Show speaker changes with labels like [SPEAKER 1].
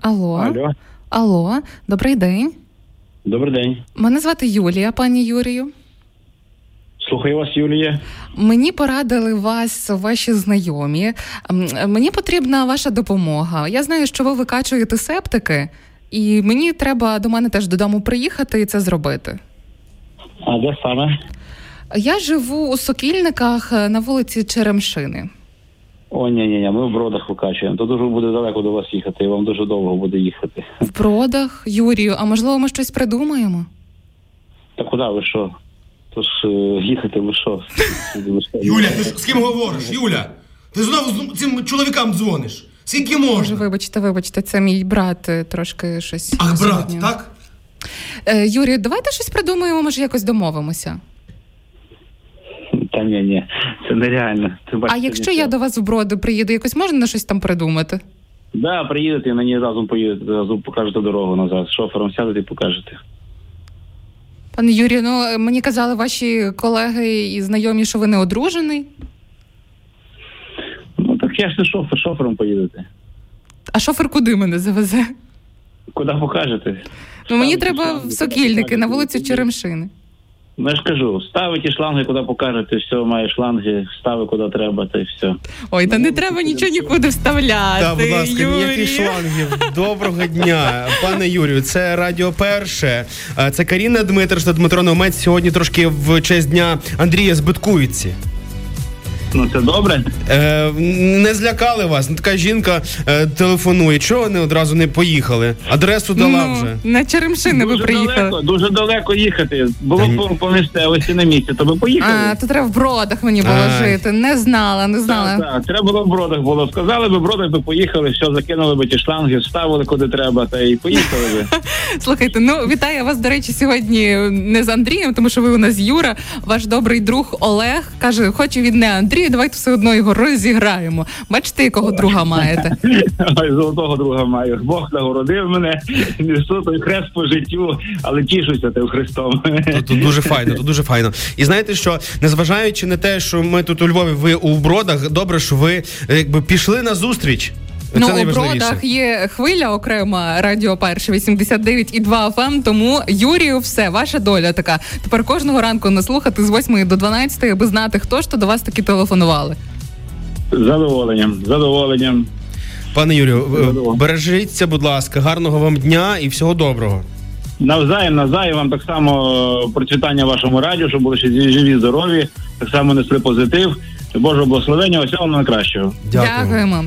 [SPEAKER 1] Алло.
[SPEAKER 2] Алло,
[SPEAKER 1] Алло, добрий день.
[SPEAKER 2] добрий день.
[SPEAKER 1] Мене звати Юлія, пані Юрію.
[SPEAKER 2] Слухаю вас, Юлія.
[SPEAKER 1] Мені порадили вас ваші знайомі. М, Мені потрібна ваша допомога. Я знаю, що ви викачуєте септики, і мені треба до мене теж додому приїхати і це зробити.
[SPEAKER 2] А де саме?
[SPEAKER 1] Я живу у Сокільниках е, на вулиці Черемшини.
[SPEAKER 2] О, ні, ні, ні, ми в бродах викачуємо. То дуже буде далеко до вас їхати, і вам дуже довго буде їхати.
[SPEAKER 1] В продах, Юрію, а можливо, ми щось придумаємо?
[SPEAKER 2] Та куди ви що? Тож е, їхати ви що? Сюди ви що?
[SPEAKER 3] Юля, ти з ким говориш? Юля? Ти знову з цим чоловікам дзвониш. Скільки
[SPEAKER 1] Боже,
[SPEAKER 3] можна?
[SPEAKER 1] вибачте, вибачте, це мій брат е, трошки щось.
[SPEAKER 3] Ах, брат,
[SPEAKER 1] сьогодні.
[SPEAKER 3] так?
[SPEAKER 1] Е, Юрію, давайте щось придумаємо, може якось домовимося.
[SPEAKER 2] Та ні, ні, це нереально. Ти
[SPEAKER 1] А
[SPEAKER 2] бачиш,
[SPEAKER 1] якщо
[SPEAKER 2] це
[SPEAKER 1] я
[SPEAKER 2] нічого.
[SPEAKER 1] до вас в броди приїду, якось можна на щось там придумати?
[SPEAKER 2] Да, приїдете і на ній разом поїдете, разом покажете дорогу назад. З Шофером сядете і покажете.
[SPEAKER 1] Пане Юрію, ну е, мені казали ваші колеги і знайомі, що ви не одружений.
[SPEAKER 2] Ну так я ж не шофер, шофером поїдете.
[SPEAKER 1] А шофер куди мене завезе?
[SPEAKER 2] Куди покажете?
[SPEAKER 1] Ну мені
[SPEAKER 2] Ставите
[SPEAKER 1] треба
[SPEAKER 2] шланги,
[SPEAKER 1] в
[SPEAKER 2] куди
[SPEAKER 1] сокільники на
[SPEAKER 2] покажете,
[SPEAKER 1] вулицю
[SPEAKER 2] куди?
[SPEAKER 1] Черемшини.
[SPEAKER 2] Ну я ж кажу, ставите шланги, куди покажете, все, має шланги, стави куди треба, та й все.
[SPEAKER 1] Ой, та не треба нічого нікуди вставляти.
[SPEAKER 4] Та, будь ласка,
[SPEAKER 1] Юрію.
[SPEAKER 4] ніяких шлангів. Доброго дня, пане Юрію. Це радіо перше. Е, Це Каріна Дмитриш та Дмитро Номець. Сьогодні трошки в честь дня Андрія Збиткуїці.
[SPEAKER 2] Ну це добре.
[SPEAKER 4] Е, не злякали вас. Ну, така жінка е, телефонує. Чого ви не одразу не поїхали? Адресу дала вже.
[SPEAKER 1] Ну, на Черемшини ви
[SPEAKER 2] далеко,
[SPEAKER 1] приїхали.
[SPEAKER 2] дуже далеко їхати. Було
[SPEAKER 4] Та ні.
[SPEAKER 2] б помістилися на місці, то би поїхали.
[SPEAKER 1] А, то треба в бродах мені було
[SPEAKER 4] Ай.
[SPEAKER 1] жити. Не знала, не знала.
[SPEAKER 2] Так, так, треба було в бродах було. Сказали би, в бродах би поїхали, все, закинули би ті шланги, вставили куди треба, та й поїхали би.
[SPEAKER 1] Слухайте, ну вітаю вас, до речі, сьогодні не з Андрієм, тому що ви у нас Юра, ваш добрий друг Олег каже: хочу від не Андрія, давайте все одно його розіграємо. Бачите, якого друга маєте.
[SPEAKER 2] Ой, золотого друга маю. Бог нагородив мене, несу той хрест по життю, але тішуся тим хрестом.
[SPEAKER 4] Тут, тут дуже файно, тут дуже файно. І знаєте що, незважаючи на те, що ми тут у Львові, ви у бродах, добре, що ви е, якби пішли на зустріч. Це
[SPEAKER 1] ну у
[SPEAKER 4] найважливіше.
[SPEAKER 1] бродах є хвиля окрема радіо перше 89 і 2 FM, Тому Юрію, все ваша доля така. Тепер кожного ранку наслухати з 8 до 12, аби знати, хто ж то до вас таки телефонували.
[SPEAKER 2] З Задоволенням, з задоволенням.
[SPEAKER 4] Пане Юрію, е,
[SPEAKER 2] Здорово.
[SPEAKER 4] бережіться, будь ласка, гарного вам дня і всього доброго.
[SPEAKER 2] Навзаєм, навзаєм вам так само е, процвітання вашому радіо, щоб були ще зі- живі, здорові, так само несли позитив. Божого благословення, усього вам найкращого.
[SPEAKER 1] Дякуємо.